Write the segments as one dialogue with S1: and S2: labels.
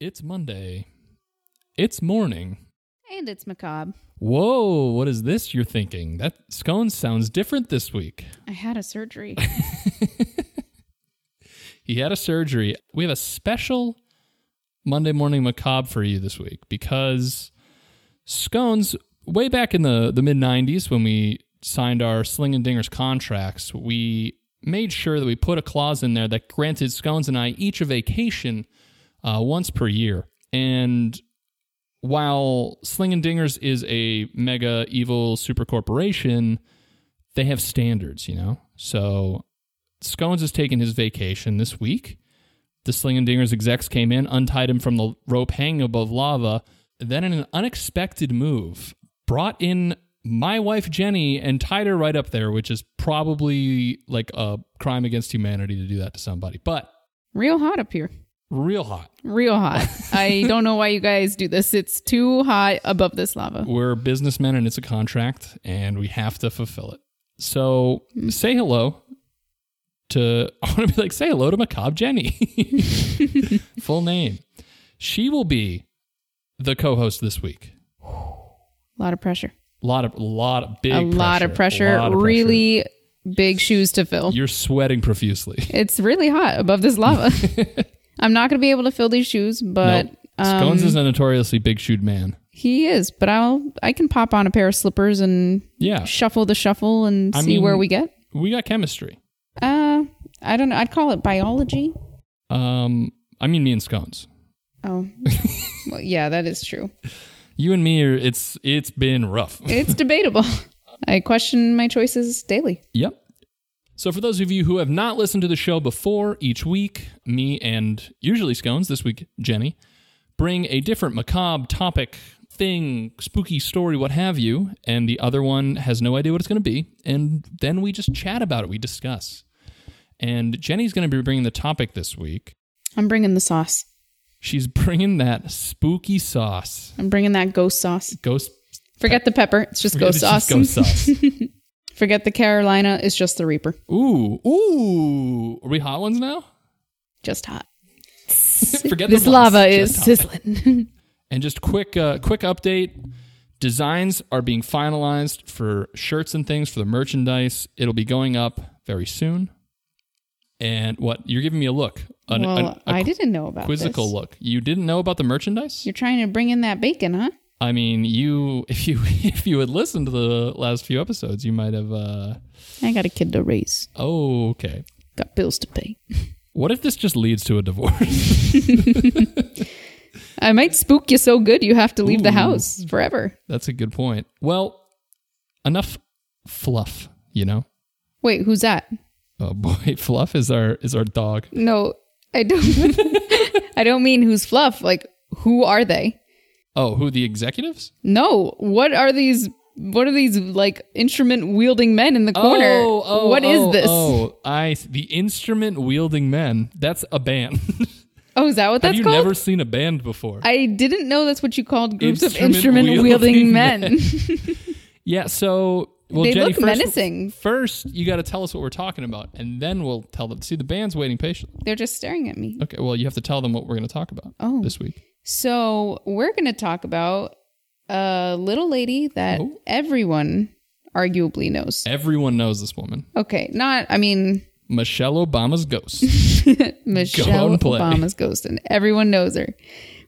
S1: It's Monday. It's morning.
S2: And it's macabre.
S1: Whoa, what is this you're thinking? That scone sounds different this week.
S2: I had a surgery.
S1: He had a surgery. We have a special Monday morning macabre for you this week because scones way back in the, the mid 90s when we signed our sling and dingers contracts we made sure that we put a clause in there that granted scones and i each a vacation uh, once per year and while sling and dingers is a mega evil super corporation they have standards you know so scones has taken his vacation this week the Sling and Dingers execs came in, untied him from the rope hanging above lava, then in an unexpected move, brought in my wife Jenny and tied her right up there, which is probably like a crime against humanity to do that to somebody. But
S2: Real hot up here.
S1: real hot.
S2: Real hot. I don't know why you guys do this. It's too hot above this lava.
S1: We're businessmen and it's a contract and we have to fulfill it. So say hello to, I want to be like, say hello to Macabre Jenny. Full name. She will be the co host this week.
S2: A lot of pressure.
S1: lot of lot of big
S2: a lot of pressure.
S1: lot of
S2: really big shoes to fill.
S1: pressure. you're sweating profusely
S2: It's really hot above this lava. I'm not going to be able to fill these shoes, but uh,
S1: Nope. scones is a notoriously big shoed man
S2: he is. But I'll I can pop on a pair of slippers and
S1: yeah
S2: shuffle the shuffle and
S1: I
S2: see
S1: mean-
S2: where we get.
S1: we got chemistry
S2: Uh, I don't know. I'd call it biology.
S1: um i mean me and scones
S2: Oh, well, yeah, that is true.
S1: you and me are it's it's been rough
S2: It's debatable. I question my choices daily.
S1: Yep. So, for those of you who have not listened to the show before, each week, me and usually Scones, this week, Jenny, bring a different macabre topic, thing, spooky story, what have you, and the other one has no idea what it's going to be. And then we just chat about it, we discuss. And Jenny's going to be bringing the topic this week.
S2: I'm bringing the sauce.
S1: She's bringing that spooky sauce,
S2: I'm bringing that ghost sauce.
S1: ghost,
S2: Forget the pepper. It's just ghost
S1: it's
S2: sauce.
S1: just ghost sauce.
S2: Forget the Carolina. It's just the Reaper.
S1: Ooh, ooh, are we hot ones now?
S2: Just hot.
S1: Forget
S2: this
S1: the buns,
S2: lava
S1: just
S2: is
S1: hot.
S2: sizzling.
S1: And just quick, uh, quick update: designs are being finalized for shirts and things for the merchandise. It'll be going up very soon. And what you're giving me a look, an,
S2: well,
S1: an- a
S2: I didn't know about
S1: quizzical
S2: this.
S1: look. You didn't know about the merchandise?
S2: You're trying to bring in that bacon, huh?
S1: I mean, you if you if you had listened to the last few episodes, you might have. Uh,
S2: I got a kid to raise.
S1: oh, okay.
S2: Got bills to pay.
S1: What if this just leads to a divorce?
S2: I might spook you so good you have to leave the
S1: Ooh.
S2: house forever.
S1: That's a good point. Well, enough fluff. You know,
S2: Wait, who's that?
S1: oh boy, fluff is our is our dog.
S2: No, I don't. I don't mean who's fluff. Like, who are they?
S1: Oh, who the executives?
S2: No, what are these? What are these like instrument wielding men in the corner?
S1: Oh, oh,
S2: what is
S1: oh,
S2: this? Oh.
S1: Oh, I the instrument wielding men. That's a band.
S2: Oh, is that what
S1: Have
S2: that's
S1: you
S2: called?
S1: never seen a band before?
S2: I didn't know that's what you called groups
S1: Instrument
S2: of instrument wielding
S1: wielding
S2: men.
S1: yeah. So, well,
S2: they
S1: Jenny,
S2: look
S1: first,
S2: menacing.
S1: First, you got to tell us what we're talking about, and then we'll tell them. See, the band's waiting patiently.
S2: They're just staring at me.
S1: Okay. Well, you have to tell them what we're going to talk about
S2: Oh.
S1: this week.
S2: So we're going to talk about a little lady that
S1: Oh.
S2: everyone arguably knows.
S1: Everyone knows this woman,
S2: Okay, not I mean
S1: Michelle Obama's ghost.
S2: Michelle
S1: and play.
S2: Obama's ghost, and everyone knows her.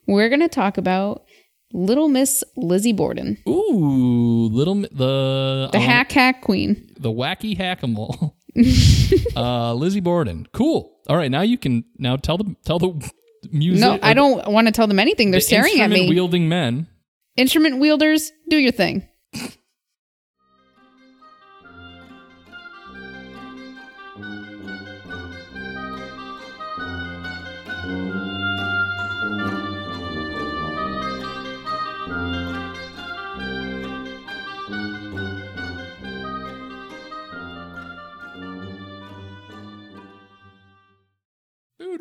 S2: We're going to talk about Little Miss Lizzie Borden,
S1: Ooh, little mi- the
S2: the hack hack queen.
S1: the wacky hackamole. uh, Lizzie Borden. Cool. All right, now you can now tell the tell the music.
S2: No, I don't want to tell them anything. They're
S1: the
S2: staring at me.
S1: instrument Wielding men.
S2: Instrument wielders, do your thing.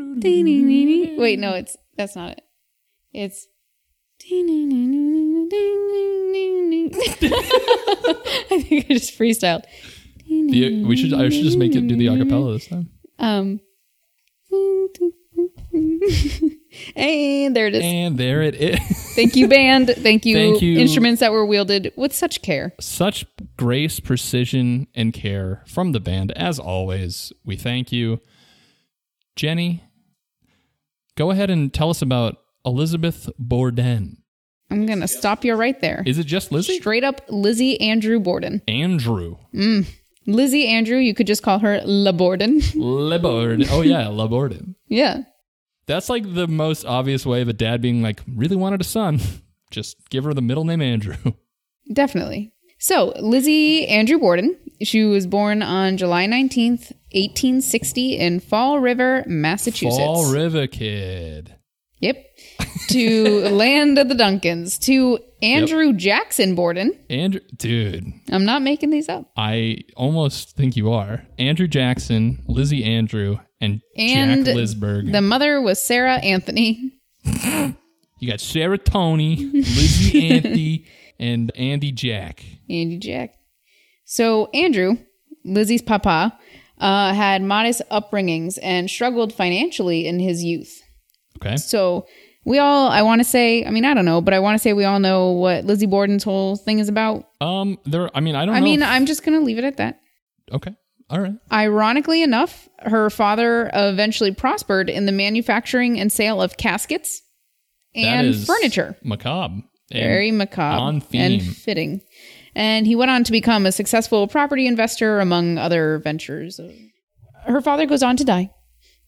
S2: Wait, no, it's that's not it. It's I think I just freestyled.
S1: The, we should. I should just make it do the acapella this time.
S2: Um, and there it is.
S1: And there it is.
S2: Thank you, band. Thank you,
S1: Thank you.
S2: instruments that were wielded with such care.
S1: Such grace, precision, and care from the band. As always, we thank you. Jenny, go ahead and tell us about Elizabeth Borden.
S2: I'm going to stop you right there.
S1: Is it just Lizzie?
S2: Straight up Lizzie Andrew Borden.
S1: Andrew.
S2: Lizzie Andrew, you could just call her La Borden.
S1: Leborden. Oh, yeah, Leborden.
S2: yeah.
S1: That's like the most obvious way of a dad being like, really wanted a son. Just give her the middle name Andrew.
S2: Definitely. So, Lizzie Andrew Borden, she was born on July 19th, 1860 in Fall River, Massachusetts.
S1: Fall River Kid.
S2: Yep. To Land of the Duncans, to Andrew Jackson Borden.
S1: Andrew, dude,
S2: I'm not making these up.
S1: I almost think you are. Andrew Jackson, Lizzie Andrew, and,
S2: And
S1: Jack Lisberg.
S2: The mother was Sarah Anthony.
S1: you got Sarah Tony, Lizzie Anthony, and Andy Jack.
S2: Andy Jack. So Andrew, Lizzie's papa, uh, had modest upbringings and struggled financially in his youth.
S1: Okay.
S2: So we all, I want to say, I mean, I don't know, but I want to say we all know what Lizzie Borden's whole thing is about.
S1: Um, there, I mean, I don't
S2: I
S1: know.
S2: mean,
S1: if-
S2: I'm just going to leave it at that.
S1: okay. All right.
S2: Ironically enough, her father eventually prospered in the manufacturing and sale of caskets
S1: That
S2: and
S1: is
S2: furniture.
S1: Macabre. And
S2: Very macabre
S1: on theme.
S2: and fitting. And he went on to become a successful property investor, among other ventures. Her father goes on to die.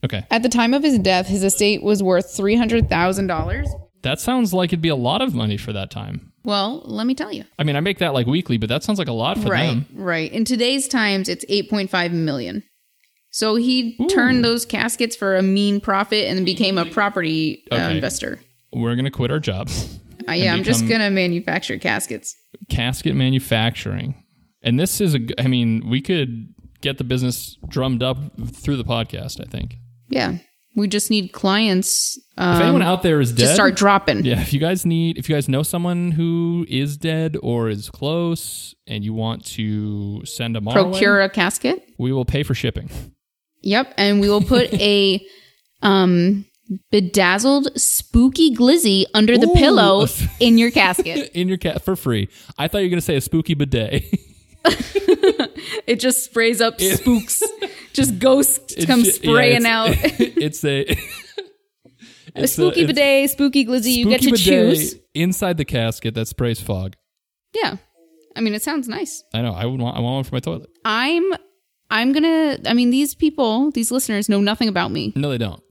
S1: Okay.
S2: At the time of his death, his estate was worth $300,000.
S1: That sounds like it'd be a lot of money for that time.
S2: Well, let me tell you.
S1: I mean, I make that like weekly, but that sounds like a lot for
S2: right,
S1: them.
S2: right. In today's times, it's 8.5 million. So he turned those caskets for a mean profit and became a property uh,
S1: Okay.
S2: investor.
S1: We're gonna quit our jobs.
S2: Uh, yeah, I'm just
S1: become-
S2: going to manufacture caskets.
S1: Casket manufacturing, and this is a. g- I mean, we could get the business drummed up through the podcast. I think.
S2: Yeah. We just need clients
S1: If
S2: um,
S1: anyone out there is dead,
S2: to start dropping.
S1: yeah. If you guys need, if you guys know someone who is dead or is close, and you want to send them our
S2: procure
S1: way,
S2: a casket.
S1: we will pay for shipping.
S2: Yep, and we will put a um bedazzled spooky glizzy under the
S1: Ooh.
S2: pillow in your casket.
S1: In your cat for free. I thought you were gonna say a spooky bidet.
S2: It just sprays up spooks. just ghosts come
S1: It's- yeah,
S2: spraying out.
S1: it's- It's a
S2: A spooky
S1: it's-
S2: bidet, spooky glizzy, you get to
S1: Spooky bidet
S2: choose.
S1: inside the casket that sprays fog.
S2: Yeah. I mean, it sounds nice.
S1: I know. I would want. I want one for my toilet.
S2: I'm I'm going to I mean, these people, these listeners know nothing about me.
S1: No, they don't.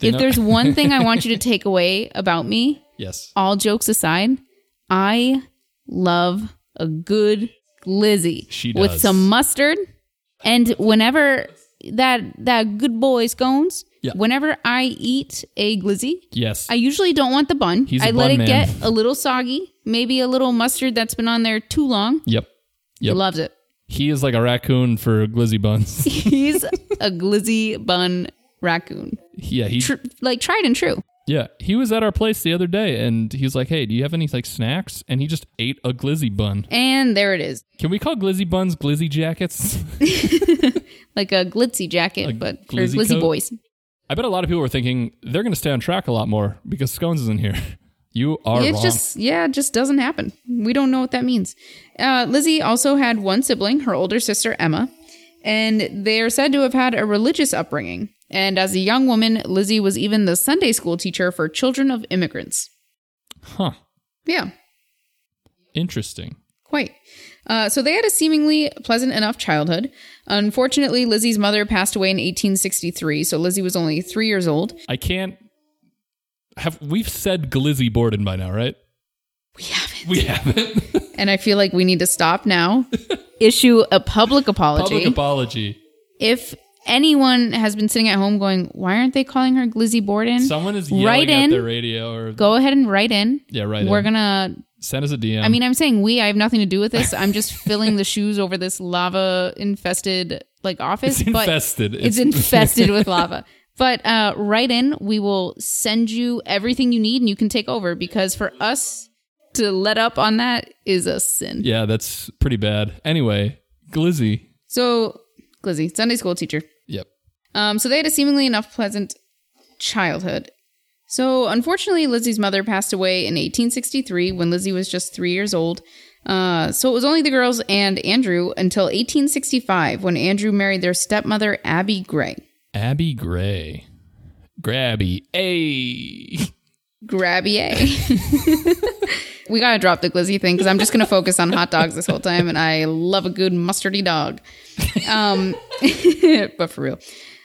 S2: if
S1: know-
S2: there's one thing I want you to take away about me,
S1: Yes.
S2: all jokes aside, I love a good glizzy
S1: She
S2: with
S1: does.
S2: some mustard. And whenever that that good boy scones,
S1: Yeah.
S2: whenever I eat a glizzy,
S1: Yes.
S2: I usually don't want the bun.
S1: He's a
S2: I let
S1: bun
S2: it
S1: man.
S2: get a little soggy, maybe a little mustard that's been on there too long.
S1: yep.
S2: He
S1: Yep.
S2: loves it.
S1: He is like a raccoon for glizzy buns.
S2: He's a glizzy bun raccoon.
S1: yeah. He.
S2: Tr- like tried and true.
S1: Yeah. He was at our place the other day, and he's like, "Hey, do you have any like snacks?" And he just ate a glizzy bun.
S2: And there it is.
S1: Can we call glizzy buns glizzy jackets?
S2: Like a glitzy jacket, but for
S1: glizzy
S2: glizzy
S1: coat?
S2: boys.
S1: I bet a lot of people were thinking they're going to stay on track a lot more because scones isn't here. You are
S2: it
S1: wrong.
S2: just yeah it just doesn't happen we don't know what that means uh, lizzie also had one sibling her older sister emma and they are said to have had a religious upbringing and as a young woman lizzie was even the sunday school teacher for children of immigrants
S1: huh.
S2: yeah
S1: Interesting.
S2: quite uh, so they had a seemingly pleasant enough childhood unfortunately lizzie's mother passed away in 1863 so lizzie was only three years old
S1: I can't. Have we've said glizzy Borden by now, right?
S2: we haven't
S1: We haven't.
S2: and i feel like we need to stop now issue a public apology
S1: Public apology.
S2: if anyone has been sitting at home going, why aren't they calling her Glizzy Borden?
S1: Someone is yelling
S2: Write
S1: at
S2: in.
S1: the radio, or
S2: Go ahead and write in.
S1: yeah, right.
S2: We're
S1: in.
S2: gonna.
S1: send us a DM.
S2: I mean, I'm saying we. I have nothing to do with this. I'm just filling the shoes over this lava infested like office,
S1: it's
S2: but
S1: infested.
S2: it's infested with lava. But uh, write in. We will send you everything you need, and you can take over because for us to let up on that is a sin.
S1: yeah, that's pretty bad. Anyway, glizzy.
S2: So, Glizzy, Sunday school teacher.
S1: Yep.
S2: Um, so they had a seemingly enough pleasant childhood. So, unfortunately, Lizzie's mother passed away in 1863 when Lizzie was just three years old. Uh, so, it was only the girls and Andrew until 1865 when Andrew married their stepmother, Abby Gray.
S1: Abby Gray. Grabby. A.
S2: Grabier. we gotta drop the glizzy thing because I'm just gonna focus on hot dogs this whole time, and I love a good mustardy dog. Um, but for real,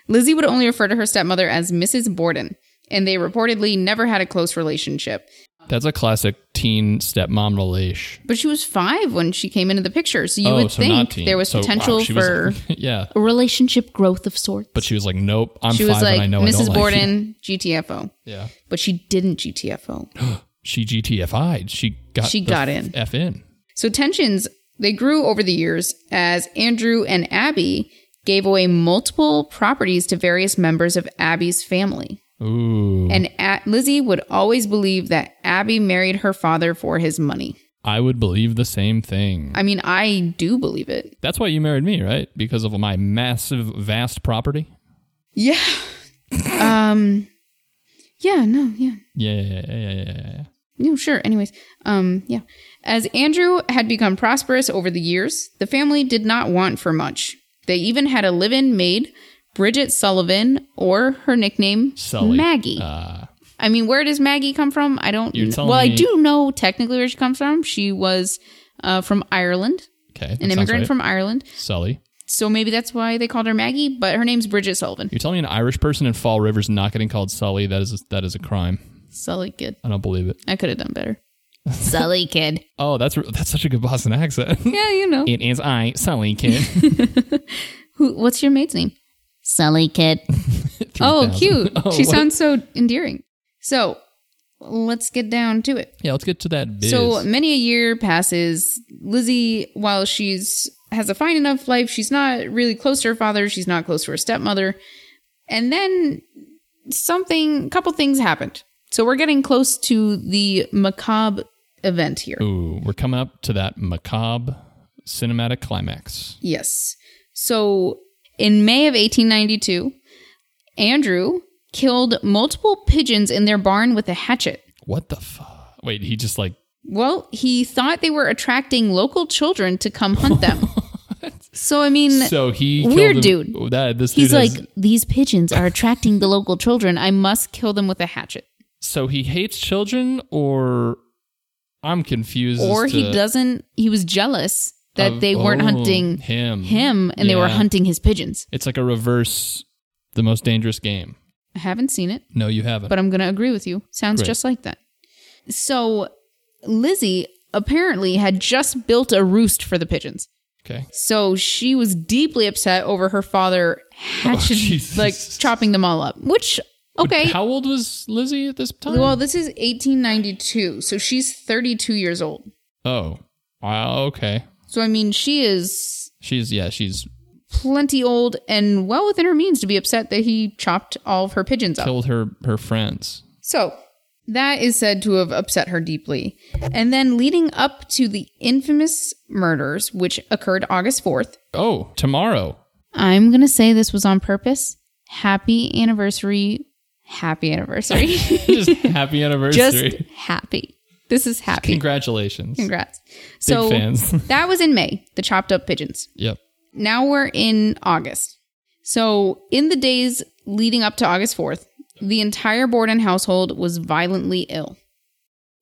S2: Lizzie would only refer to her stepmother as Mrs. Borden, and they reportedly never had a close relationship.
S1: That's a classic teen stepmom relish.
S2: But she was five when she came into the picture, so you would think there was
S1: Oh, So, wow,
S2: potential
S1: she was-
S2: for
S1: yeah,
S2: a relationship growth of sorts.
S1: but she was like, nope. I'm
S2: she
S1: five
S2: was like
S1: and I know I don't
S2: Mrs.
S1: like you."
S2: Borden, GTFO,
S1: yeah,
S2: but she didn't GTFO.
S1: she GTFI'd. She got
S2: She
S1: the
S2: got
S1: f-
S2: in.
S1: F in.
S2: So tensions they grew over the years as Andrew and Abby gave away multiple properties to various members of Abby's family.
S1: Ooh,
S2: And A- Lizzie would always believe that Abby married her father for his money.
S1: I would believe the same thing.
S2: I mean, I do believe it.
S1: That's why you married me, right? Because of my massive, vast property.
S2: Yeah. um Yeah, no, yeah.
S1: Yeah, yeah, yeah, yeah, yeah, yeah.
S2: No, sure. Anyways, um, yeah. As Andrew had become prosperous over the years, the family did not want for much. They even had a live-in maid, Bridget Sullivan, or her nickname
S1: Sully.
S2: Maggie.
S1: Uh,
S2: I mean, where does Maggie come from? I don't.
S1: You're telling
S2: well, I
S1: me-
S2: do know technically where she comes from. She was uh, from Ireland,
S1: okay. that
S2: an
S1: sounds
S2: immigrant
S1: right.
S2: from Ireland.
S1: Sully.
S2: So maybe that's why they called her Maggie. But her name's Bridget Sullivan.
S1: You're telling me an Irish person in Fall River's not getting called Sully? That is that is a crime.
S2: Sully kid.
S1: I don't believe it.
S2: I could have done better. Sully kid.
S1: Oh, that's that's such a good Boston accent.
S2: Yeah, you know.
S1: it is I, Sully Kid.
S2: Oh, Who, what's your maid's name? Sully Kid. oh,
S1: 3000.
S2: cute.
S1: Oh, what-
S2: she sounds so endearing. So let's get down to it.
S1: Yeah, let's get to that biz.
S2: So many a year passes. Lizzie, while she's has a fine enough life, she's not really close to her father. She's not close to her stepmother. And then something, couple things happened. So we're getting close to the macabre event here.
S1: Ooh, we're coming up to that macabre cinematic climax.
S2: Yes. So in May of 1892, Andrew killed multiple pigeons in their barn with a hatchet.
S1: What the fuck? Wait, he just like
S2: Well, he thought they were attracting local children to come hunt them. so, I mean,
S1: so he
S2: Weird
S1: killed him-
S2: dude.
S1: Oh, That this
S2: he's
S1: dude
S2: like,
S1: has-
S2: these pigeons are attracting the local children. I must kill them with a hatchet.
S1: so he hates children, or I'm confused. as
S2: Or he
S1: to-
S2: doesn't, he was jealous that
S1: of-
S2: they weren't
S1: oh,
S2: hunting
S1: him.
S2: him and they were
S1: Yeah.
S2: hunting his pigeons.
S1: It's like a reverse, the most dangerous game.
S2: I haven't seen it.
S1: No, you haven't.
S2: but I'm going to agree with you. Sounds
S1: Great.
S2: just like that. So Lizzie apparently had just built a roost for the pigeons.
S1: okay.
S2: So she was deeply upset over her father hatchet,
S1: Jesus.
S2: like chopping them all up, which, okay.
S1: How old was Lizzie at this time?
S2: well, this is 1892. So she's 32 years old.
S1: oh, wow. Okay.
S2: So, I mean, she is
S1: She's yeah. She's
S2: plenty old and well within her means to be upset that he chopped all of her pigeons up.
S1: killed her her friends.
S2: So that is said to have upset her deeply. And then leading up to the infamous murders, which occurred August 4th,
S1: Oh, tomorrow.
S2: I'm going to say this was on purpose. Happy anniversary. Happy anniversary.
S1: Just happy anniversary.
S2: Just happy. This is happy.
S1: Congratulations.
S2: Congrats. So
S1: fans.
S2: that was in May, the chopped up pigeons.
S1: Yep.
S2: Now we're in August. So, in the days leading up to August 4th, the entire Borden household was violently ill.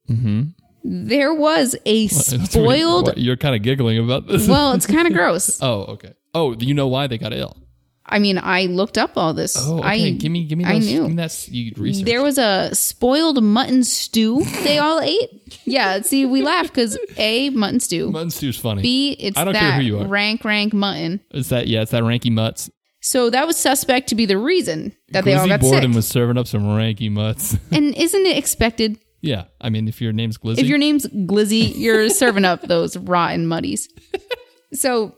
S2: Mm-hmm. There was a
S1: That's what you-
S2: spoiled.
S1: what- You're kind of giggling about this.
S2: well, it's kind of gross.
S1: oh, okay. Oh, you know why they got ill?
S2: I mean, I looked up all this.
S1: Oh, okay.
S2: I,
S1: give me, give me. Those,
S2: I knew.
S1: Give me that you research.
S2: There was a spoiled mutton stew they all ate. Yeah, see, we laugh because A, mutton stew.
S1: Mutton stew's funny.
S2: B, it's
S1: I don't care
S2: that
S1: who you are.
S2: rank, rank mutton.
S1: Is that yeah? It's that ranky mutts.
S2: So that was suspect to be the reason that they all
S1: Glizzy
S2: got sick.
S1: Borden was serving up some ranky mutts.
S2: And isn't it expected
S1: yeah, I mean, if your name's Glizzy,
S2: if your name's Glizzy, you're serving up those rotten muddies. So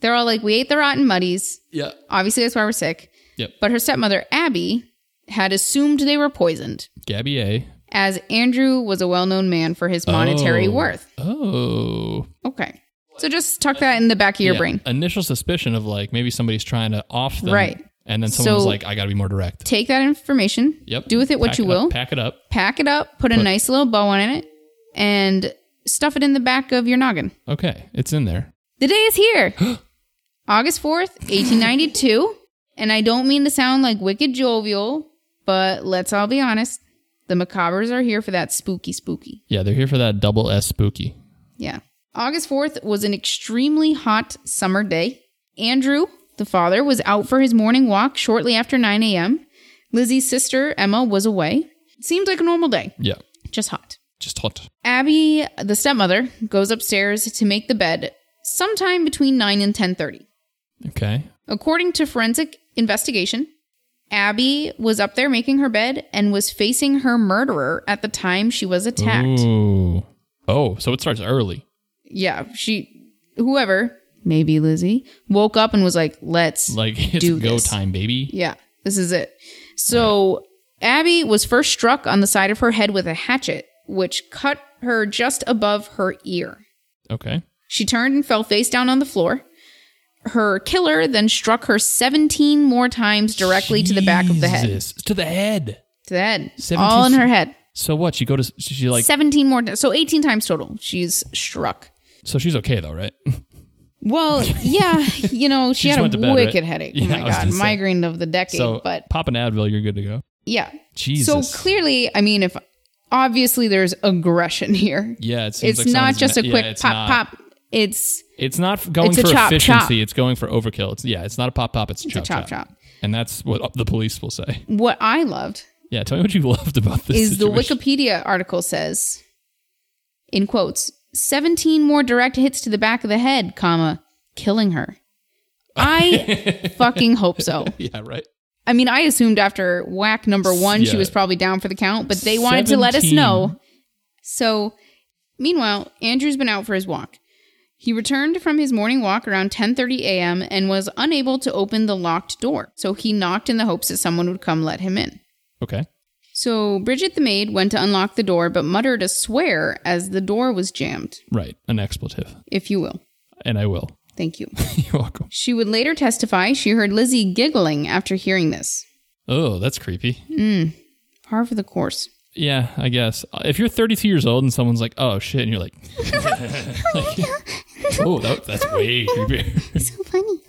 S2: they're all like, we ate the rotten muddies.
S1: yeah,
S2: Obviously, that's why we're sick.
S1: Yep.
S2: But her stepmother, Abby, had assumed they were poisoned,
S1: Gabby A.
S2: as Andrew was a well known man for his monetary
S1: Oh.
S2: worth.
S1: Oh,
S2: Okay. So just tuck that in the back of your
S1: Yeah,
S2: brain.
S1: Initial suspicion of like maybe somebody's trying to off them.
S2: Right.
S1: And then someone was
S2: So-
S1: like, I got to be more direct.
S2: Take that information.
S1: Yep.
S2: Do with it what
S1: Pack
S2: you
S1: up-
S2: will.
S1: pack it up.
S2: pack it up, put a nice little bow on it, and stuff it in the back of your noggin.
S1: Okay. It's in there.
S2: The day is here. August 4th, 1892. And I don't mean to sound like wicked jovial, but let's all be honest. The macabres are here for that spooky, spooky.
S1: Yeah. They're here for that double S spooky.
S2: Yeah. August 4th was an extremely hot summer day. Andrew, the father, was out for his morning walk shortly after 9 a.m. Lizzie's sister, Emma, was away. It seemed like a normal day,
S1: Yeah.
S2: just hot.
S1: Just hot.
S2: Abby, the stepmother, goes upstairs to make the bed sometime between 9 and 10:30.
S1: Okay.
S2: According to forensic investigation, Abby was up there making her bed and was facing her murderer at the time she was attacked.
S1: Ooh. Oh, so it starts early.
S2: Yeah, she whoever, maybe Lizzie, woke up and was like, "Let's
S1: Like it's
S2: Do
S1: go
S2: this.
S1: time, baby.
S2: Yeah, this is it. So Abby was first struck on the side of her head with a hatchet, which cut her just above her ear.
S1: Okay.
S2: She turned and fell face down on the floor. Her killer then struck her 17 more times directly to the back of the head.
S1: Jesus. To the head.
S2: To the head.
S1: 17
S2: All in her head.
S1: So what? She go to she like
S2: 17 more. So 18 times total. She's struck.
S1: so she's okay though, right?
S2: Well, yeah, you know, she,
S1: just
S2: had
S1: went
S2: a
S1: to bed,
S2: wicked
S1: right?
S2: headache.
S1: Yeah,
S2: oh my
S1: I was
S2: God.
S1: gonna say.
S2: Migraine of the decade.
S1: So
S2: but
S1: pop an Advil, you're good to go.
S2: yeah.
S1: Jesus.
S2: So clearly, I mean, if obviously there's aggression here,
S1: Yeah, it seems
S2: it's
S1: like
S2: not
S1: someone's
S2: just a
S1: ma- yeah,
S2: quick
S1: it's
S2: pop,
S1: not-
S2: pop. It's
S1: It's not going
S2: It's a
S1: for
S2: chop, chop.
S1: efficiency. It's going for overkill. It's yeah. It's not a pop pop. It's, a chop,
S2: chop,
S1: chop
S2: chop.
S1: And that's what the police will say.
S2: what I loved
S1: Yeah. Tell me what you loved about this.
S2: is
S1: situation.
S2: the Wikipedia article says, in quotes, 17 more direct hits to the back of the head, comma, killing her. I fucking hope so.
S1: Yeah. Right.
S2: I mean, I assumed after whack number one, she
S1: Yeah.
S2: was probably down for the count, but they wanted to let us
S1: 17.
S2: know. So, meanwhile, Andrew's been out for his walk. He returned from his morning walk around 10:30 a.m. and was unable to open the locked door. So he knocked in the hopes that someone would come let him in.
S1: Okay.
S2: So Bridget the maid went to unlock the door, but muttered a swear as the door was jammed,
S1: Right. An expletive.
S2: if you will.
S1: And I will.
S2: Thank you.
S1: You're welcome.
S2: She would later testify she heard Lizzie giggling after hearing this.
S1: Oh, that's creepy.
S2: Par for the course.
S1: Yeah, I guess. Uh, If you're 32 years old and someone's like, "Oh shit," and you're like, "Oh, that, that's way creepy."
S2: So funny.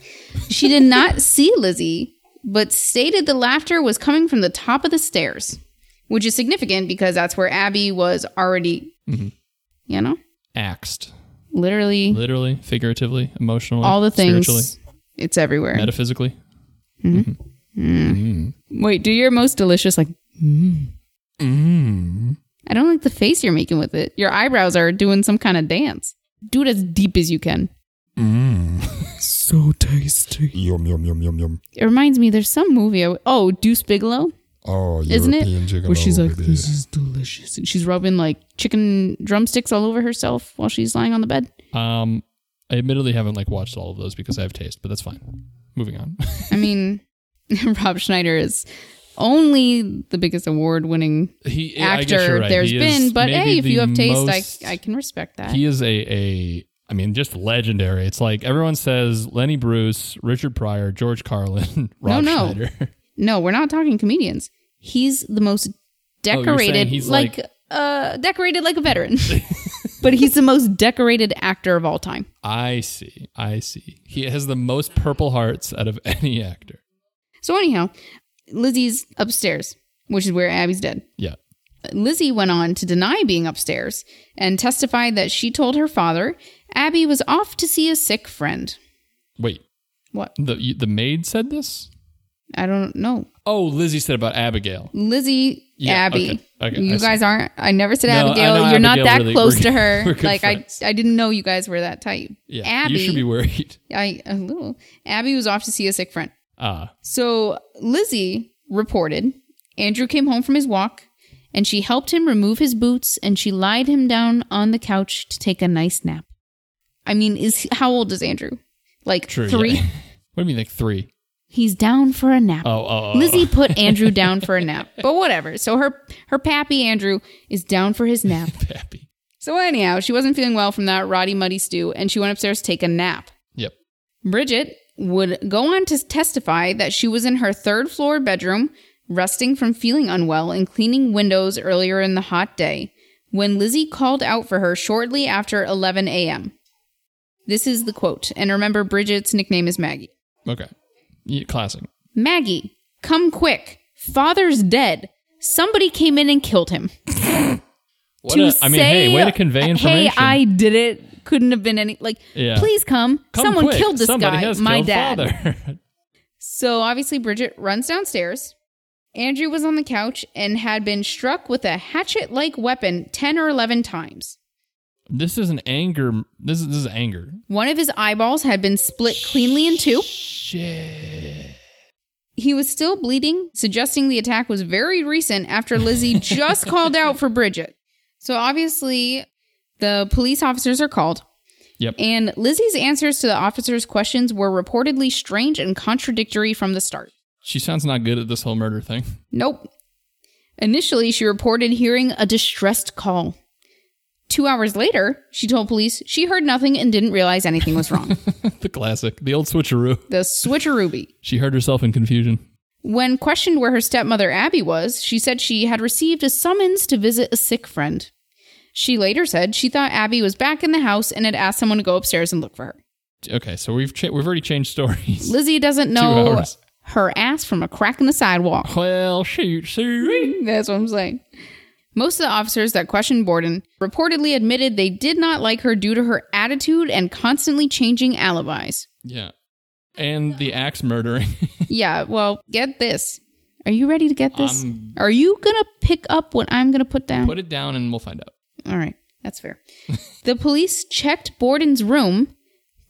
S2: She did not see Lizzie, but stated the laughter was coming from the top of the stairs, which is significant because that's where Abby was already, you know,
S1: Axed,
S2: literally
S1: literally, figuratively, emotionally,
S2: all the
S1: spiritually,
S2: things. It's everywhere.
S1: metaphysically.
S2: Wait, do your most delicious, like,
S1: Mm.
S2: I don't like the face you're making with it. Your eyebrows are doing some kind of dance. Do it as deep as you can.
S3: So tasty. Yum, yum, yum, yum, yum.
S2: It reminds me, there's some movie. I, oh, Deuce Bigelow,
S3: Oh,
S2: Isn't it?
S3: European chicken
S2: where she's
S3: over
S2: like,
S3: there.
S2: "This is delicious," and she's rubbing like chicken drumsticks all over herself while she's lying on the bed.
S1: Um, I admittedly haven't like watched all of those because I have taste, but that's fine. Moving on.
S2: I mean, Rob Schneider is only the biggest award-winning
S1: he
S2: actor
S1: there's
S2: there's been, but hey, if you have taste, I I can respect that.
S1: he is a a. I mean, just legendary. It's like everyone says Lenny Bruce, Richard Pryor, George Carlin, Rob
S2: no.
S1: Schneider.
S2: no, we're not talking comedians. He's the most
S1: Oh, you're saying
S2: decorated,
S1: he's
S2: like,
S1: like-
S2: uh, decorated like a veteran. but he's the most decorated actor of all time.
S1: I see. I see. He has the most purple hearts out of any actor.
S2: So anyhow, Lizzie's upstairs, which is where Abby's dead.
S1: Yeah.
S2: Lizzie went on to deny being upstairs and testified that she told her father Abby was off to see a sick friend.
S1: Wait.
S2: What?
S1: The you- the maid said this?
S2: I don't know.
S1: Oh, Lizzie said about Abigail.
S2: Lizzie,
S1: Yeah,
S2: Abby.
S1: okay, okay, I
S2: you
S1: see.
S2: guys aren't. I never said
S1: No, I know
S2: Abigail. You're not
S1: Abigail
S2: that
S1: really-
S2: close
S1: we're-
S2: to her.
S1: we're good
S2: Like I,
S1: friends.
S2: I didn't know you guys were that type.
S1: Yeah.
S2: Abby,
S1: You should be worried.
S2: I a little. Abby was off to see a sick friend.
S1: Ah.
S2: So Lizzie reported Andrew came home from his walk and she helped him remove his boots and she lied him down on the couch to take a nice nap. I mean, is how old is Andrew? Like
S1: True.
S2: three?
S1: yeah. what do you mean like three?
S2: He's down for a nap.
S1: Oh, oh, oh.
S2: Lizzie put Andrew down for a nap. But whatever. So her her pappy Andrew is down for his
S1: oh.
S2: nap.
S1: Happy.
S2: So anyhow, she wasn't feeling well from that roddy muddy stew and she went upstairs to take a nap.
S1: Yep.
S2: Bridget would go on to testify that she was in her third floor bedroom, resting from feeling unwell and cleaning windows earlier in the hot day, when Lizzie called out for her shortly after 11 a.m. This is the quote, and remember, Bridget's nickname is Maggie.
S1: Okay. Yeah, classic.
S2: Maggie, come quick. Father's dead. Somebody came in and killed him.
S1: What a, I mean, hey, way to convey information.
S2: Hey, I did it. Couldn't have been any like.
S1: Yeah.
S2: Please come.
S1: Come
S2: Someone
S1: quick.
S2: killed this
S1: Somebody
S2: guy.
S1: Has
S2: my
S1: killed
S2: dad.
S1: Father.
S2: So obviously, Bridget runs downstairs. Andrew was on the couch and had been struck with a hatchet like weapon 10 or 11 times.
S1: this is an anger. This is, this is anger.
S2: One of his eyeballs had been split cleanly in two.
S1: Shit.
S2: He was still bleeding, suggesting the attack was very recent after Lizzie just called out for Bridget. So obviously, the police officers are called.
S1: Yep.
S2: And Lizzie's answers to the officers' questions were reportedly strange and contradictory from the start.
S1: She sounds not good at this whole murder thing.
S2: Nope. Initially, she reported hearing a distressed call. Two hours later, she told police she heard nothing and didn't realize anything was wrong.
S1: the classic. The old switcheroo.
S2: the switcheroo.
S1: She heard herself in confusion.
S2: When questioned where her stepmother Abby was, she said she had received a summons to visit a sick friend. She later said she thought Abby was back in the house and had asked someone to go upstairs and look for her.
S1: Okay, so we've cha- we've already changed stories.
S2: Lizzie doesn't know
S1: hours.
S2: her ass from a crack in the sidewalk.
S1: Well, shoot, Siri.
S2: That's what I'm saying. Most of the officers that questioned Borden reportedly admitted they did not like her due to her attitude and constantly changing alibis.
S1: Yeah. And the axe murdering.
S2: yeah, well, get this. Are you ready to get this?
S1: I'm-
S2: Are you going to pick up what I'm going to put down?
S1: Put it down and we'll find out.
S2: All right, that's fair. the police checked Borden's room,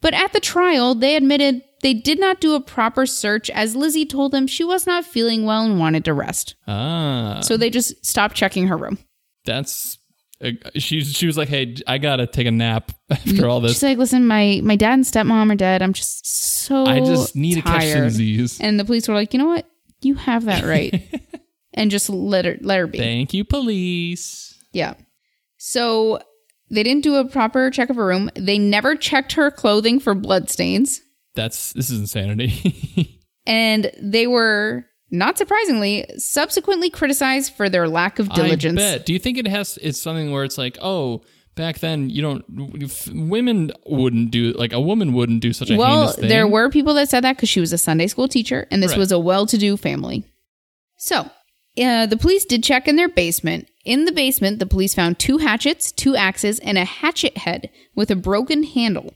S2: but at the trial, they admitted they did not do a proper search as Lizzie told them she was not feeling well and wanted to rest.
S1: Ah.
S2: So they just stopped checking her room.
S1: That's uh, she she was like, "Hey, I got to take a nap after all this.
S2: She's like, listen, my my dad and stepmom are dead. I'm just so
S1: I just need to catch some
S2: tired."
S1: disease."
S2: And the police were like, you know what? You have that right. and just let her let her be.
S1: Thank you, police.
S2: Yeah. So they didn't do a proper check of her room. They never checked her clothing for bloodstains.
S1: That's this is insanity.
S2: And they were, not surprisingly, subsequently criticized for their lack of diligence.
S1: I bet. Do you think it has? It's something where it's like, oh, back then you don't. If women wouldn't do like a woman wouldn't do such a
S2: Well,
S1: heinous thing.
S2: there were people that said that because she was a Sunday school teacher, and this
S1: Right.
S2: was a well to do family. So, uh, the police did check in their basement. In the basement, the police found two hatchets, two axes, and a hatchet head with a broken handle.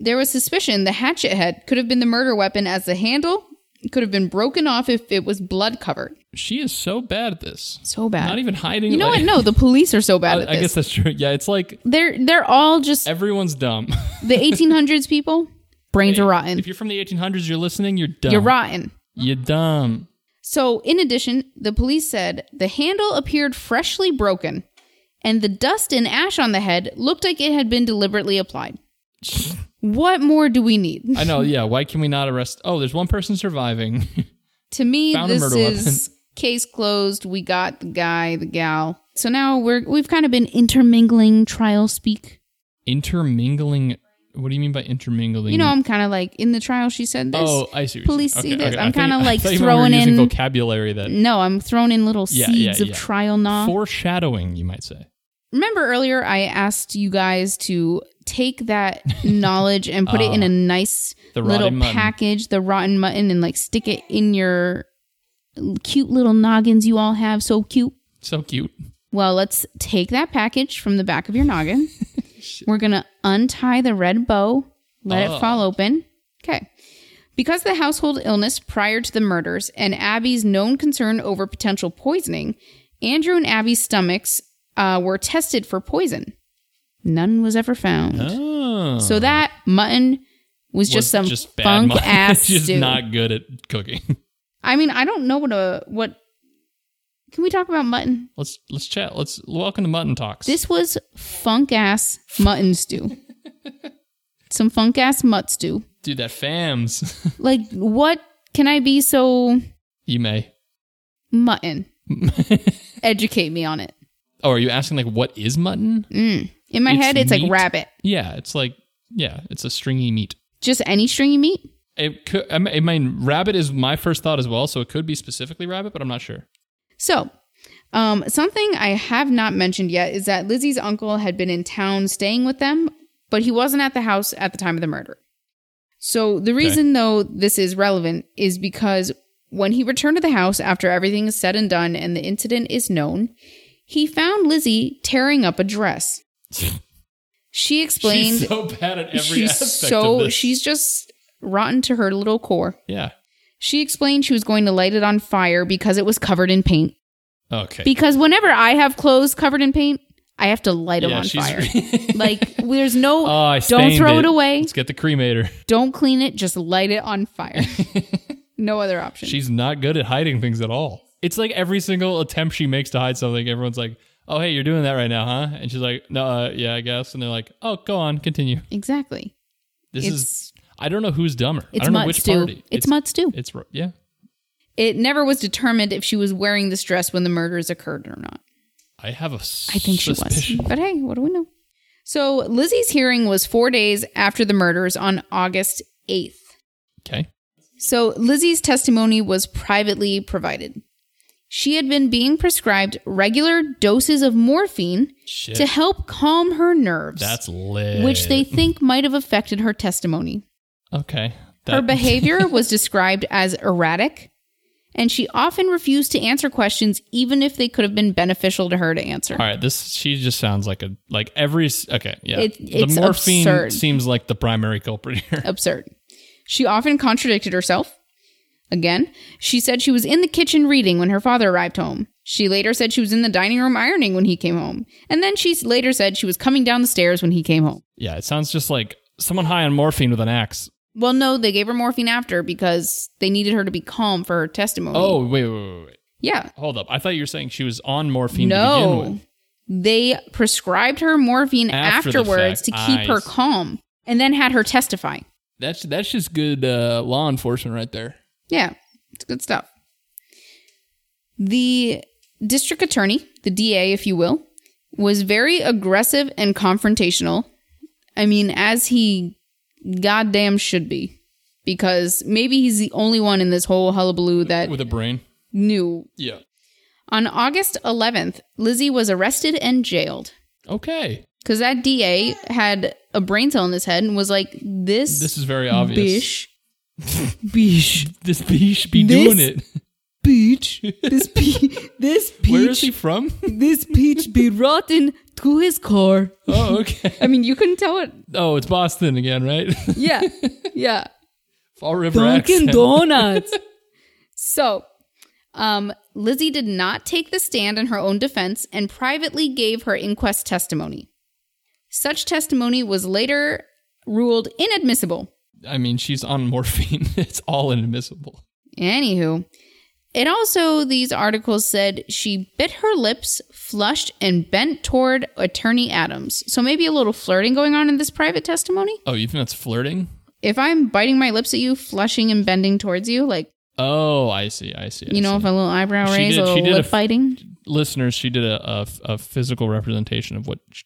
S2: there was suspicion the hatchet head could have been the murder weapon, as the handle could have been broken off if it was blood covered.
S1: She is so bad at this.
S2: So bad.
S1: Not even hiding.
S2: you know
S1: like-
S2: what? No, the police are so bad
S1: I,
S2: at
S1: I
S2: this.
S1: guess that's true. Yeah, it's like
S2: they're they're all just
S1: everyone's dumb.
S2: the 1800s people. Brains are rotten.
S1: if you're from the 1800s, you're listening. You're dumb.
S2: You're rotten.
S1: You're dumb.
S2: So, in addition, the police said the handle appeared freshly broken, and the dust and ash on the head looked like it had been deliberately applied. What more do we need?
S1: I know. Yeah. Why can we not arrest? Oh, there's one person surviving.
S2: to me,
S1: Found a
S2: this
S1: murder
S2: is case closed. We got the guy, the gal. So now we're we've kind of been intermingling trial speak.
S1: intermingling. What do you mean by intermingling?
S2: You know, I'm kind of like in the trial. She said this.
S1: Mm-hmm. oh, I see. What
S2: police
S1: you're
S2: see
S1: saying.
S2: this. I'm
S1: I thought-
S2: kinda,
S1: I
S2: like,
S1: thought you meant we were
S2: throwing
S1: using
S2: in-
S1: vocabulary that
S2: No, I'm throwing in little
S1: Yeah, yeah,
S2: seeds of
S1: yeah.
S2: trial knowledge.
S1: foreshadowing, you might say.
S2: Remember earlier, I asked you guys to take that knowledge and put it in a nice
S1: Uh, the
S2: little
S1: rotten mutton.
S2: package, the rotten mutton, and like stick it in your cute little noggins you all have. So cute.
S1: So cute.
S2: Well, let's take that package from the back of your noggin. We're going to untie the red bow, let
S1: Oh.
S2: it fall open. Okay. Because of the household illness prior to the murders and Abby's known concern over potential poisoning, Andrew and Abby's stomachs uh, were tested for poison. None was ever found.
S1: Oh.
S2: So that mutton was,
S1: Was
S2: just some
S1: bad
S2: funk
S1: mom.
S2: ass
S1: just
S2: stew.
S1: not good at cooking.
S2: I mean, I don't know what a what. Can we talk about mutton?
S1: Let's let's chat. Let's welcome to Mutton Talks.
S2: This was funk ass mutton stew. Some funk ass mutt stew.
S1: dude that fams.
S2: Like, what can I be so
S1: you may.
S2: mutton? Educate me on it.
S1: Oh, are you asking like what is mutton?
S2: In my
S1: It's
S2: head, it's
S1: meat?
S2: like rabbit.
S1: Yeah, it's like yeah, it's a stringy meat.
S2: Just any stringy meat?
S1: It could. I mean- I mean, rabbit is my first thought as well, so it could be specifically rabbit, but I'm not sure.
S2: So, um, something I have not mentioned yet is that Lizzie's uncle had been in town staying with them, but he wasn't at the house at the time of the murder. So, the reason, though, this is relevant is because when he returned to the house after everything is said and done and the incident is known, he found Lizzie tearing up a dress. she explained
S1: She's so bad at every
S2: she's
S1: aspect
S2: so
S1: of this.
S2: she's just rotten to her little core.
S1: yeah.
S2: She explained she was going to light it on fire because it was covered in paint.
S1: Okay.
S2: Because whenever I have clothes covered in paint, I have to light them
S1: Yeah,
S2: on
S1: she's-
S2: fire. like there's no
S1: oh, I
S2: don't
S1: stained
S2: throw it, away,
S1: Let's get the cremator.
S2: don't clean it, just light it on fire. no other option.
S1: She's not good at hiding things at all. It's like every single attempt she makes to hide something, everyone's like, "Oh, hey, you're doing that right now, huh?" And she's like, "No, uh, yeah, I guess." And they're like, "Oh, go on, continue."
S2: exactly.
S1: This is
S2: It's
S1: I don't know who's dumber. I
S2: it's
S1: don't know
S2: mud
S1: which
S2: stew.
S1: party.
S2: It's, mud stew.
S1: It's ro- yeah.
S2: It never was determined if she was wearing this dress when the murders occurred or not.
S1: I have a
S2: I think she was.
S1: suspicion.
S2: But hey, what do we know? So Lizzie's hearing was four days after the murders on August 8th.
S1: Okay.
S2: So Lizzie's testimony was privately provided. She had been being prescribed regular doses of morphine
S1: Shit.
S2: to help calm her nerves,
S1: That's lit.
S2: which they think might have affected her testimony.
S1: Okay.
S2: Her
S1: That-
S2: behavior was described as erratic, and she often refused to answer questions even if they could have been beneficial to her to answer.
S1: All right, this she just sounds like a like every s- okay, yeah.
S2: It- it's
S1: the morphine
S2: absurd.
S1: seems like the primary culprit here.
S2: absurd. She often contradicted herself. Again, she said she was in the kitchen reading when her father arrived home. She later said she was in the dining room ironing when he came home. And then she s- later said she was coming down the stairs when he came home.
S1: Yeah, it sounds just like someone high on morphine with an axe.
S2: Well, no, they gave her morphine after because they needed her to be calm for her testimony.
S1: Oh, wait, wait, wait, wait.
S2: yeah.
S1: Hold up. I thought you were saying she was on morphine to begin
S2: No.
S1: with.
S2: They prescribed her morphine
S1: After the
S2: afterwards
S1: fact.
S2: to keep
S1: I
S2: her
S1: see.
S2: calm and then had her testify.
S1: That's that's just good uh, law enforcement right there.
S2: Yeah, it's good stuff. The district attorney, the DA, if you will, was very aggressive and confrontational. I mean, as he goddamn should be, because maybe he's the only one in this whole hullabaloo that
S1: With a brain.
S2: knew.
S1: Yeah.
S2: On August 11th, Lizzie was arrested and jailed
S1: Okay.
S2: because that DA had a brain cell in his head and was like, "This,
S1: This is very obvious.
S2: bish, bish,
S1: This bitch be
S2: This-
S1: doing it.
S2: peach, this pe- this peach."
S1: Where is he from?
S2: this peach be rotten to his core.
S1: Oh, okay.
S2: I mean, you couldn't tell it.
S1: Oh, it's Boston again, right?
S2: Yeah, yeah.
S1: Fall River
S2: Dunkin'
S1: accent.
S2: Donuts. so, um, Lizzie did not take the stand in her own defense and privately gave her inquest testimony. Such testimony was later ruled inadmissible.
S1: I mean, she's on morphine. It's all inadmissible.
S2: Anywho, it also, these articles said she bit her lips, flushed, and bent toward Attorney Adams. So maybe a little flirting going on in this private testimony?
S1: Oh, you think that's flirting?
S2: if I'm biting my lips at you, flushing and bending towards you, like
S1: Oh, I see. I see. I
S2: you know,
S1: see.
S2: if a little eyebrow
S1: She
S2: raise,
S1: did-
S2: a
S1: she
S2: little
S1: did a
S2: lip
S1: f-
S2: biting.
S1: listeners, she did a, a, a physical representation of what, sh-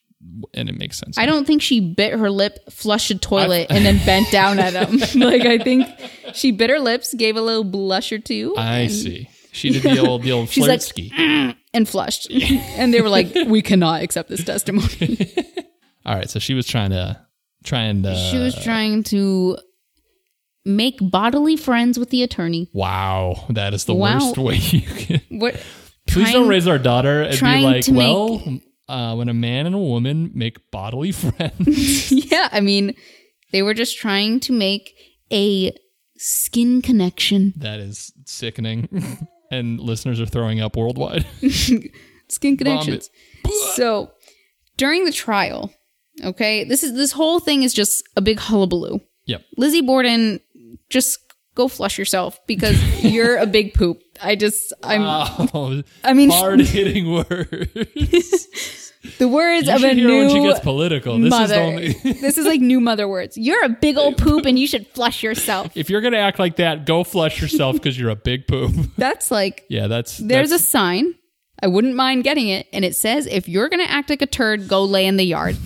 S1: and it makes sense.
S2: I don't think she bit her lip, flushed a toilet, and then bent down at him. like I think she bit her lips, gave a little blush or two,
S1: I see. She did the old the old
S2: She's
S1: flirt
S2: like,
S1: ski.
S2: and flushed. and they were like, "We cannot accept this testimony."
S1: All right, so she was trying to trying to.
S2: she was trying to make bodily friends with the attorney.
S1: wow, that is the
S2: Wow.
S1: worst way you can.
S2: What?
S1: Please
S2: Trying-
S1: don't raise our daughter and be
S2: trying
S1: like,
S2: to make-
S1: well, uh, when a man and a woman make bodily friends,
S2: yeah, I mean, they were just trying to make a skin connection.
S1: that is sickening. and listeners are throwing up worldwide.
S2: skin connections. So during the trial, okay, this is this whole thing is just a big hullabaloo.
S1: yep.
S2: Lizzie Borden, just go flush yourself because you're a big poop. I just I'm
S1: Oh,
S2: I mean-
S1: hard hitting word.
S2: the words
S1: You
S2: of a
S1: should hear
S2: new
S1: when she gets political. This is the
S2: mother.
S1: only.
S2: this is like new mother words. You're a big old poop and you should flush yourself.
S1: If you're gonna act like that, go flush yourself because you're a big poop.
S2: That's like
S1: yeah, that's
S2: there's
S1: that's,
S2: a sign. I wouldn't mind getting it, and it says if you're gonna act like a turd, go lay in the yard.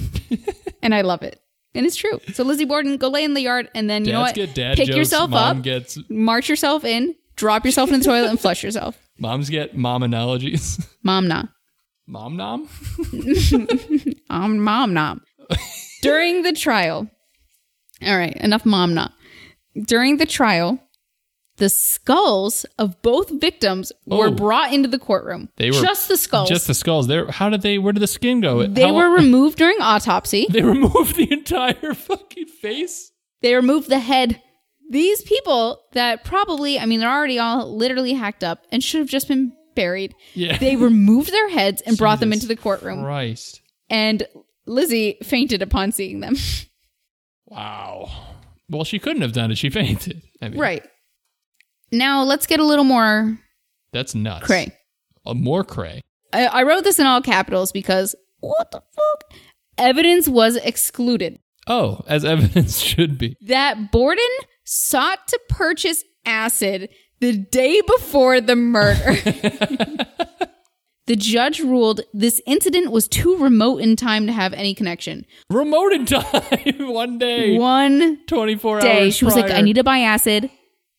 S2: and I love it. And it's true. So Lizzie Borden, go lay in the yard and then you know
S1: Dads
S2: what?
S1: get dad
S2: Pick
S1: jokes,
S2: yourself
S1: mom
S2: up,
S1: gets-
S2: march yourself in, drop yourself in the toilet and flush yourself.
S1: Moms get mom analogies.
S2: Mom nah.
S1: Mom nom?
S2: Um, mom nom. During the trial, all right, enough mom nom. During the trial, the skulls of both victims were
S1: Oh.
S2: brought into the courtroom.
S1: They were-
S2: just the skulls.
S1: Just the skulls. There. How did they? Where did the skin go?
S2: they
S1: How-
S2: were removed during autopsy.
S1: They removed the entire fucking face.
S2: They removed the head. These people that probably, I mean, they're already all literally hacked up and should have just been buried.
S1: Yeah.
S2: They removed their heads and brought them
S1: Jesus
S2: into the courtroom.
S1: Christ.
S2: And Lizzie fainted upon seeing them.
S1: Wow. Well, she couldn't have done it. She fainted. I mean,
S2: right. Now let's get a little more
S1: That's nuts.
S2: cray.
S1: Uh, more cray.
S2: I, I wrote this in all capitals because what the fuck? Evidence was excluded
S1: Oh, as evidence should be.
S2: that Borden sought to purchase acid the day before the murder. the judge ruled this incident was too remote in time to have any connection.
S1: Remote in time. One day.
S2: One
S1: 24
S2: day,
S1: hours.
S2: she was like,
S1: prior.
S2: "I need to buy acid."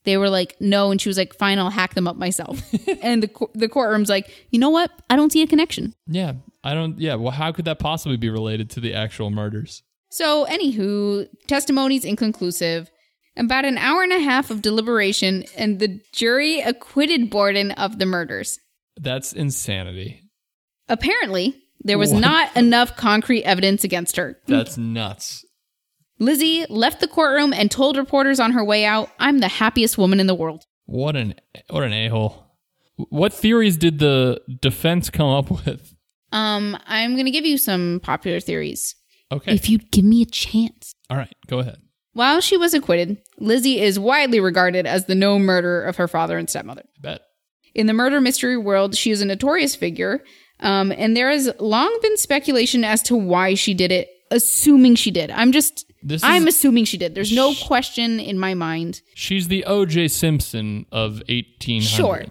S2: They were like, "No," and she was like, "Fine, I'll hack them up myself." and the cour- the courtroom's like, "You know what? I don't see a connection."
S1: Yeah. I don't. Yeah. Well, how could that possibly be related to the actual murders?
S2: So, anywho, testimony's inconclusive. About an hour and a half of deliberation, and the jury acquitted Borden of the murders.
S1: That's insanity.
S2: Apparently, there was
S1: What?
S2: not enough concrete evidence against her.
S1: That's nuts.
S2: Lizzie left the courtroom and told reporters on her way out, "I'm the happiest woman in the world."
S1: What an what an a hole. What theories did the defense come up with?
S2: Um, I'm going to give you some popular theories.
S1: Okay.
S2: If you'd give me a chance.
S1: All right. Go ahead.
S2: While she was acquitted, Lizzie is widely regarded as the known murderer of her father and stepmother.
S1: I bet.
S2: In the murder mystery world, she is a notorious figure, um, and there has long been speculation as to why she did it, assuming she did. I'm just,
S1: This is-
S2: I'm assuming she did. There's no question in my mind.
S1: She's the O.J. Simpson of 1800s.
S2: Sure.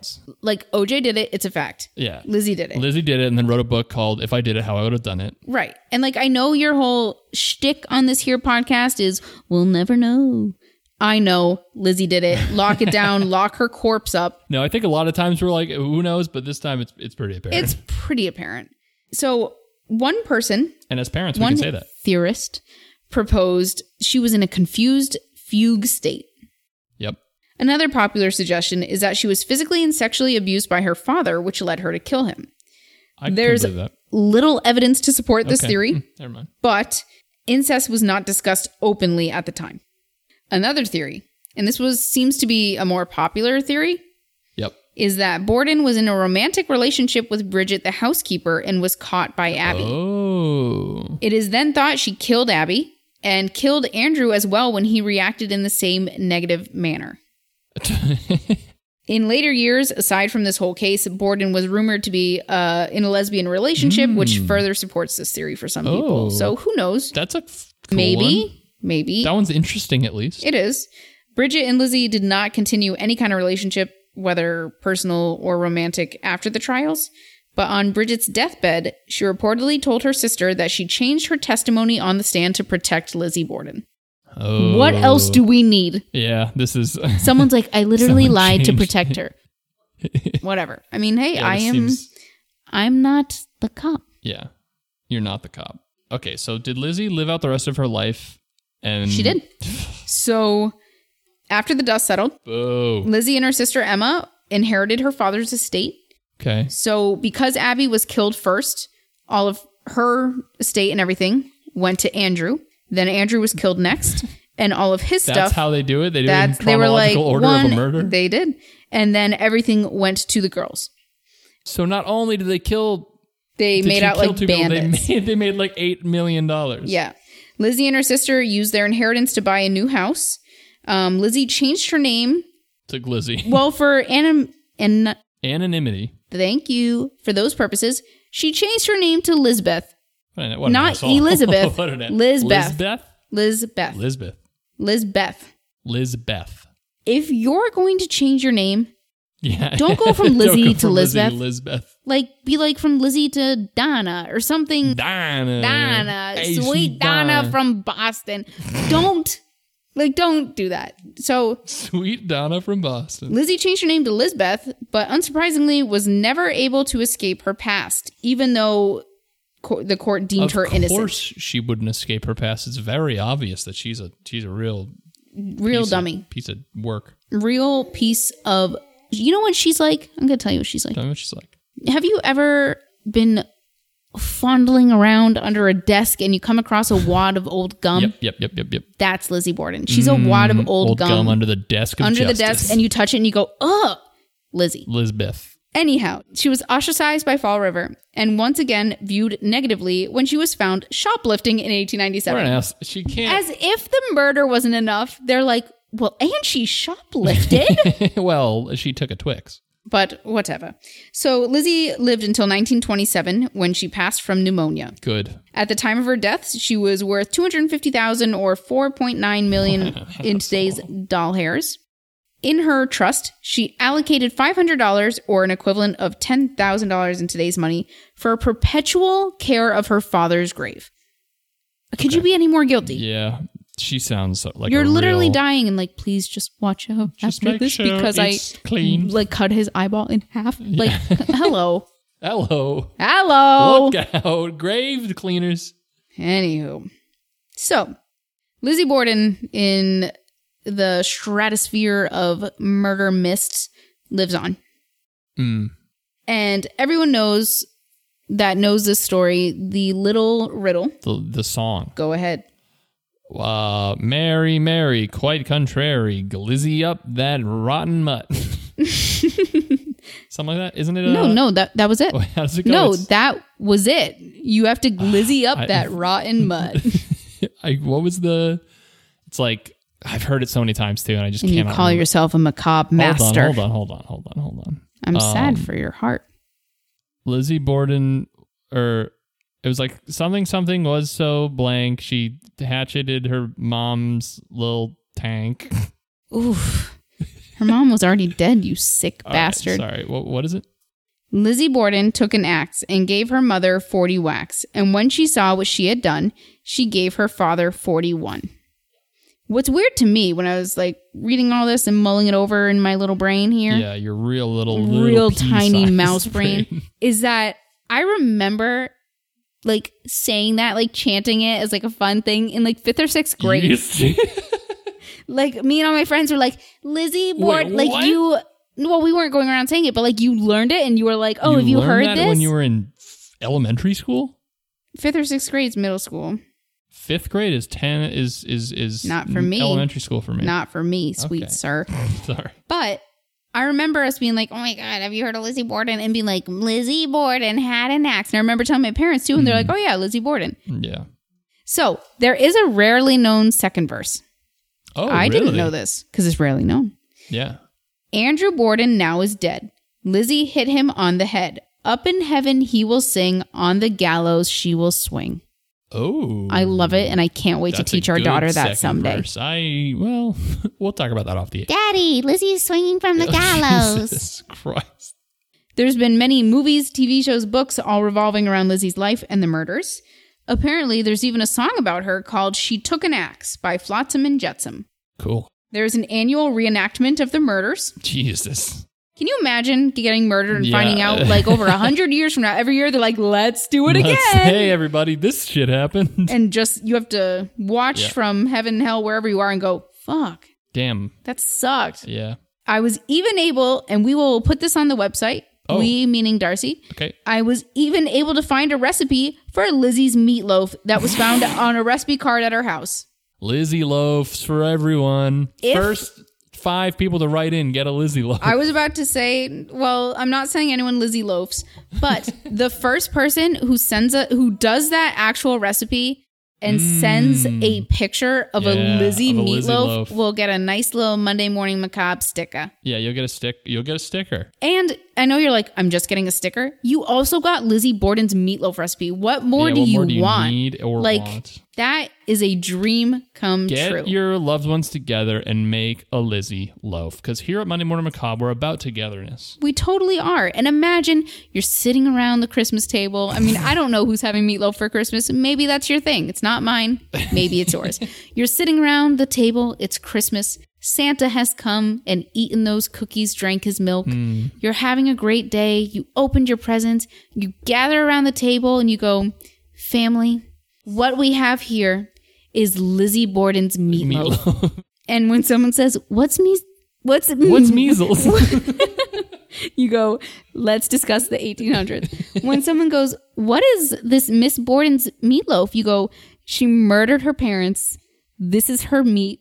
S2: Like, OJ did it, it's a fact.
S1: Yeah.
S2: Lizzie did it.
S1: Lizzie did it and then wrote a book called If I Did It, How I Would Have Done It.
S2: Right. And like I know your whole shtick on this here podcast is we'll never know. I know Lizzie did it. Lock it down, lock her corpse up.
S1: No, I think a lot of times we're like, who knows? But this time it's it's pretty apparent.
S2: It's pretty apparent. So one person,
S1: and as parents, we
S2: one
S1: can say that.
S2: theorist, proposed she was in a confused fugue state.
S1: Yep.
S2: Another popular suggestion is that she was physically and sexually abused by her father, which led her to kill him.
S1: I
S2: There's-
S1: There's can believe that.
S2: Little evidence to support this
S1: Okay.
S2: theory.
S1: Mm, Never mind.
S2: but incest was not discussed openly at the time. Another theory, and this was seems to be a more popular theory,
S1: Yep.
S2: is that Borden was in a romantic relationship with Bridget the housekeeper and was caught by Abby.
S1: Uh-huh. Oh.
S2: It is then thought she killed Abby and killed Andrew as well when he reacted in the same negative manner. In later years, aside from this whole case, Borden was rumored to be uh, in a lesbian relationship, which further supports this theory for some
S1: Hmm. Oh.
S2: people. So who knows?
S1: That's a f- cool
S2: maybe,
S1: one.
S2: maybe
S1: That one's interesting, at least.
S2: It is. Bridget and Lizzie did not continue any kind of relationship, whether personal or romantic, after the trials. But on Bridget's deathbed, she reportedly told her sister that she changed her testimony on the stand to protect Lizzie Borden.
S1: Oh.
S2: What else do we need?
S1: Yeah, this is.
S2: Someone's like, I literally
S1: Someone
S2: lied to
S1: changed
S2: protect her. Whatever. I mean, hey,
S1: Yeah,
S2: I
S1: this
S2: am.
S1: seems-
S2: I'm not the cop.
S1: yeah, you're not the cop. Okay, so did Lizzie live out the rest of her life? And
S2: She did. So, after the dust settled,
S1: Oh,
S2: Lizzie and her sister Emma inherited her father's estate.
S1: okay.
S2: So because Abby was killed first, all of her estate and everything went to Andrew. Then Andrew was killed next, and all of his
S1: That's
S2: stuff.
S1: how they do it. They do
S2: that's
S1: it in
S2: they were
S1: chronological
S2: like
S1: order
S2: one.
S1: of a murder.
S2: They did, and then everything went to the girls.
S1: so not only did they kill,
S2: They
S1: did
S2: made
S1: she
S2: out
S1: kill
S2: like
S1: two people,
S2: bandits.
S1: They made, they made like eight million dollars.
S2: Yeah. Lizzie and her sister used their inheritance to buy a new house. Um, Lizzie changed her name.
S1: to Lizzie.
S2: Well, for anim- and
S1: Anonymity.
S2: thank you for those purposes. She changed her name to Lisbeth.
S1: What an, Eh, what an
S2: Not
S1: asshole.
S2: Elizabeth.
S1: what an a-
S2: Lizbeth.
S1: Lizbeth.
S2: Lizbeth.
S1: Lizbeth.
S2: Lizbeth.
S1: Lizbeth.
S2: If you're going to change your name,
S1: Yeah.
S4: Don't go from Lizzie to Lisbeth.
S1: Lisbeth.
S4: Like be like from Lizzie to Donna or something.
S1: Donna.
S4: Donna,
S1: Hey,
S4: sweet Donna, from Boston. Don't like don't do that. So
S1: Sweet Donna from Boston.
S2: Lizzie changed her name to Lisbeth, but unsurprisingly was never able to escape her past, even though co- the court deemed
S1: Of
S2: her
S1: course,
S2: innocent.
S1: she wouldn't escape her past. It's very obvious that she's a she's a real
S2: Real
S1: piece of-
S2: dummy.
S1: piece of work.
S2: Real piece
S4: of you know what she's like? I'm gonna tell you what she's like.
S1: Tell me what she's like.
S4: Have you ever been fondling around under a desk and you come across a wad of old gum?
S1: Yep, yep, yep, yep, yep.
S4: That's Lizzie Borden. She's a wad of Um, old,
S1: Old
S4: gum,
S1: gum, under the desk. Of
S4: under the
S1: justice.
S4: desk and you touch it and you go, ugh, Lizzie.
S1: Lisbeth.
S2: Anyhow, she was ostracized by Fall River and once again viewed negatively when she was found shoplifting in
S1: We're
S2: 1897.
S1: an ass. She can't.
S2: As
S4: If the murder wasn't enough, they're like, well, and she shoplifted.
S1: well, she took a Twix.
S2: but whatever. So Lizzie lived until 1927 when she passed from pneumonia.
S1: Good.
S2: At the time of her death, she was worth 250,000 or 4.9 million in today's doll hairs. In her trust, she allocated $500 or an equivalent of $10,000 in today's money for perpetual care of her father's grave.
S4: Could you be any more guilty?
S1: Yeah, she sounds so- like
S4: You're
S1: a
S4: literally
S1: real-
S4: dying and like, please just watch out
S1: Just
S4: after
S1: make
S4: this
S1: sure
S4: because I
S1: it's clean.
S4: like cut his eyeball in half. Like, hello,
S1: Hello.
S2: Hello!
S4: Oh.
S1: Look out, grave cleaners.
S2: Anywho, so Lizzie Borden in the stratosphere of murder mist lives on.
S1: Mm.
S2: And everyone knows that knows this story the little riddle.
S1: The the song.
S2: Go ahead.
S1: Uh, Mary, Mary, quite contrary, glizzy up that rotten mutt. Something like that, isn't it?
S2: no,
S1: uh,
S2: no, that that was it.
S1: wait, How does it go?
S2: no,
S1: It's-
S2: that was it. You have to glizzy up
S1: I-
S2: that rotten mud.
S1: I, what was the? It's like I've heard it so many times too, and I just
S2: and you
S1: cannot.
S2: call
S1: remember.
S2: yourself a macabre master.
S1: Hold on, hold on, hold on, hold on, hold on.
S2: I'm sad
S1: Um,
S2: for your heart.
S1: Lizzie Borden, or it was like something something was so blank. She hatcheted her mom's little tank.
S2: Oof. Her mom was already dead, you sick
S1: All right,
S2: bastard.
S1: sorry, what what is it?
S2: Lizzie Borden took an axe and gave her mother 40 whacks, and when she saw what she had done, she gave her father 41. What's weird to me when I was like reading all this and mulling it over in my little brain here,
S1: Yeah, your real little, little
S2: real
S1: pea
S2: tiny
S1: sized
S2: mouse brain, is that I remember like saying that, like chanting it as like a fun thing in like fifth or sixth grade.
S1: Yes.
S2: Like me and all my friends were like, Lizzie Borden, like
S1: what?
S2: you. Well, we weren't going around saying it, but like you learned it and you were like, oh, have you
S1: learned
S2: heard
S1: that
S2: this?
S1: when you were in f- elementary school?
S2: fifth or sixth grade's middle school.
S1: Fifth grade is ten is is is
S2: Not for me.
S1: Elementary school for me.
S2: Not for me, sweet
S1: Okay.
S2: sir.
S1: sorry.
S2: But I remember us being like, oh my God, have you heard of Lizzie Borden? And being like, Lizzie Borden had an axe. And I remember telling my parents too, and they're like,
S1: Mm-hmm.
S2: oh yeah, Lizzie Borden.
S1: Yeah.
S2: So there is a rarely known second verse.
S1: Oh,
S2: I didn't
S1: really?
S2: know this because it's rarely known.
S1: Yeah.
S2: Andrew Borden now is dead. Lizzie hit him on the head. Up in heaven he will sing, on the gallows she will swing.
S1: Oh,
S2: I love it, and I can't wait
S1: That's
S2: to teach
S1: a
S2: our
S1: good
S2: daughter that
S1: second
S2: someday.
S1: verse. I well, we'll talk about that off the
S4: Daddy. Lizzie's swinging from
S1: Oh,
S4: the
S1: Jesus Christ.
S2: There's been many movies, TV shows, books all revolving around Lizzie's life and the murders. Apparently, there's even a song about her called She Took an Axe by Flotsam and Jetsam.
S1: Cool.
S2: There's an annual reenactment of the murders.
S1: Jesus.
S2: Can you imagine getting murdered and
S1: Yeah.
S2: finding out like over a 100 years from now? Every year they're like, let's do it
S1: Let's-
S2: again.
S1: Hey everybody, this shit happened.
S2: And just you have to watch
S1: Yeah.
S2: from heaven, hell, wherever you are and go, fuck,
S1: Damn.
S2: that sucked.
S1: Yeah.
S2: I was even able, and we will put this on the website.
S1: Oh.
S2: We meaning Darcy.
S1: Okay.
S2: I was even able to find a recipe for Lizzie's meatloaf that was found on a recipe card at her house.
S1: Lizzie loafs for everyone.
S2: If-
S1: First five people to write in get a Lizzie loaf.
S2: I was about to say, well, I'm not saying anyone Lizzie loafs, but the first person who sends a who does that actual recipe and sends a picture Hmm. of a
S1: Yeah,
S2: Lizzie
S1: of a
S2: meatloaf
S1: Lizzie loaf.
S2: will get a nice little Monday morning macabre sticker.
S1: yeah, you'll get a stick. You'll get a sticker.
S2: And I know you're like, I'm just getting a sticker. You also got Lizzie Borden's meatloaf recipe. What more,
S1: Yeah,
S2: do,
S1: what
S2: you
S1: more do you
S2: want?
S1: need or
S2: like
S1: want?
S2: that is a dream come
S1: Get
S2: true.
S1: your loved ones together and make a Lizzie loaf. Because here at Monday Morning Macabre, we're about togetherness.
S2: we totally are. And imagine you're sitting around the Christmas table. I mean, I don't know who's having meatloaf for Christmas. Maybe that's your thing. It's not mine. Maybe it's yours. You're sitting around the table. It's Christmas. Santa has come and eaten those cookies, drank his milk. You're having a great day. You opened your presents. You gather around the table and you go, Family, what we have here is Lizzie Borden's meatloaf. And when someone says, What's me? What's,
S1: What's measles?
S2: you go, let's discuss the 1800s. when someone goes, what is this Miss Borden's meatloaf? You go, she murdered her parents. This is her meat.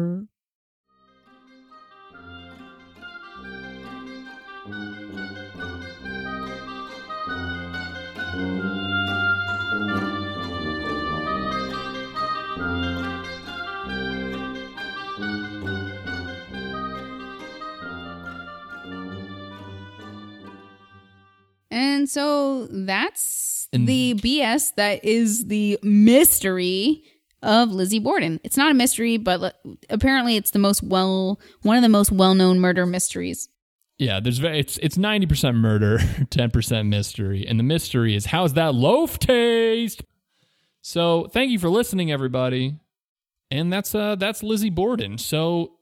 S5: And so that's
S1: And-
S5: the BS that is the mystery of Lizzie Borden. It's not a mystery, but le- apparently it's the most well one of the most well-known murder mysteries.
S1: Yeah, there's very, it's it's ninety percent murder, ten percent mystery, and the mystery is how's that loaf taste? So thank you for listening, everybody, and that's uh that's Lizzie Borden. So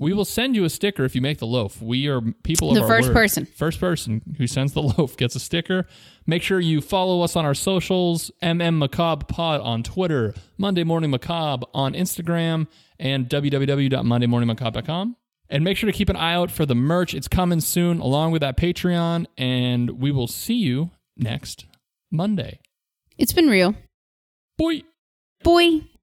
S1: we will send you a sticker if you make the loaf. We are people of
S5: The
S1: our
S5: first
S1: word.
S5: person.
S1: First person who sends the loaf gets a sticker. Make sure you follow us on our socials: MM Macabre Pod on Twitter, Monday Morning Macabre on Instagram, and www.mondaymorningmacabre.com. And make sure to keep an eye out for the merch. It's coming soon, along with that Patreon. And we will see you next Monday.
S2: it's been real.
S1: Boy.
S2: Boy.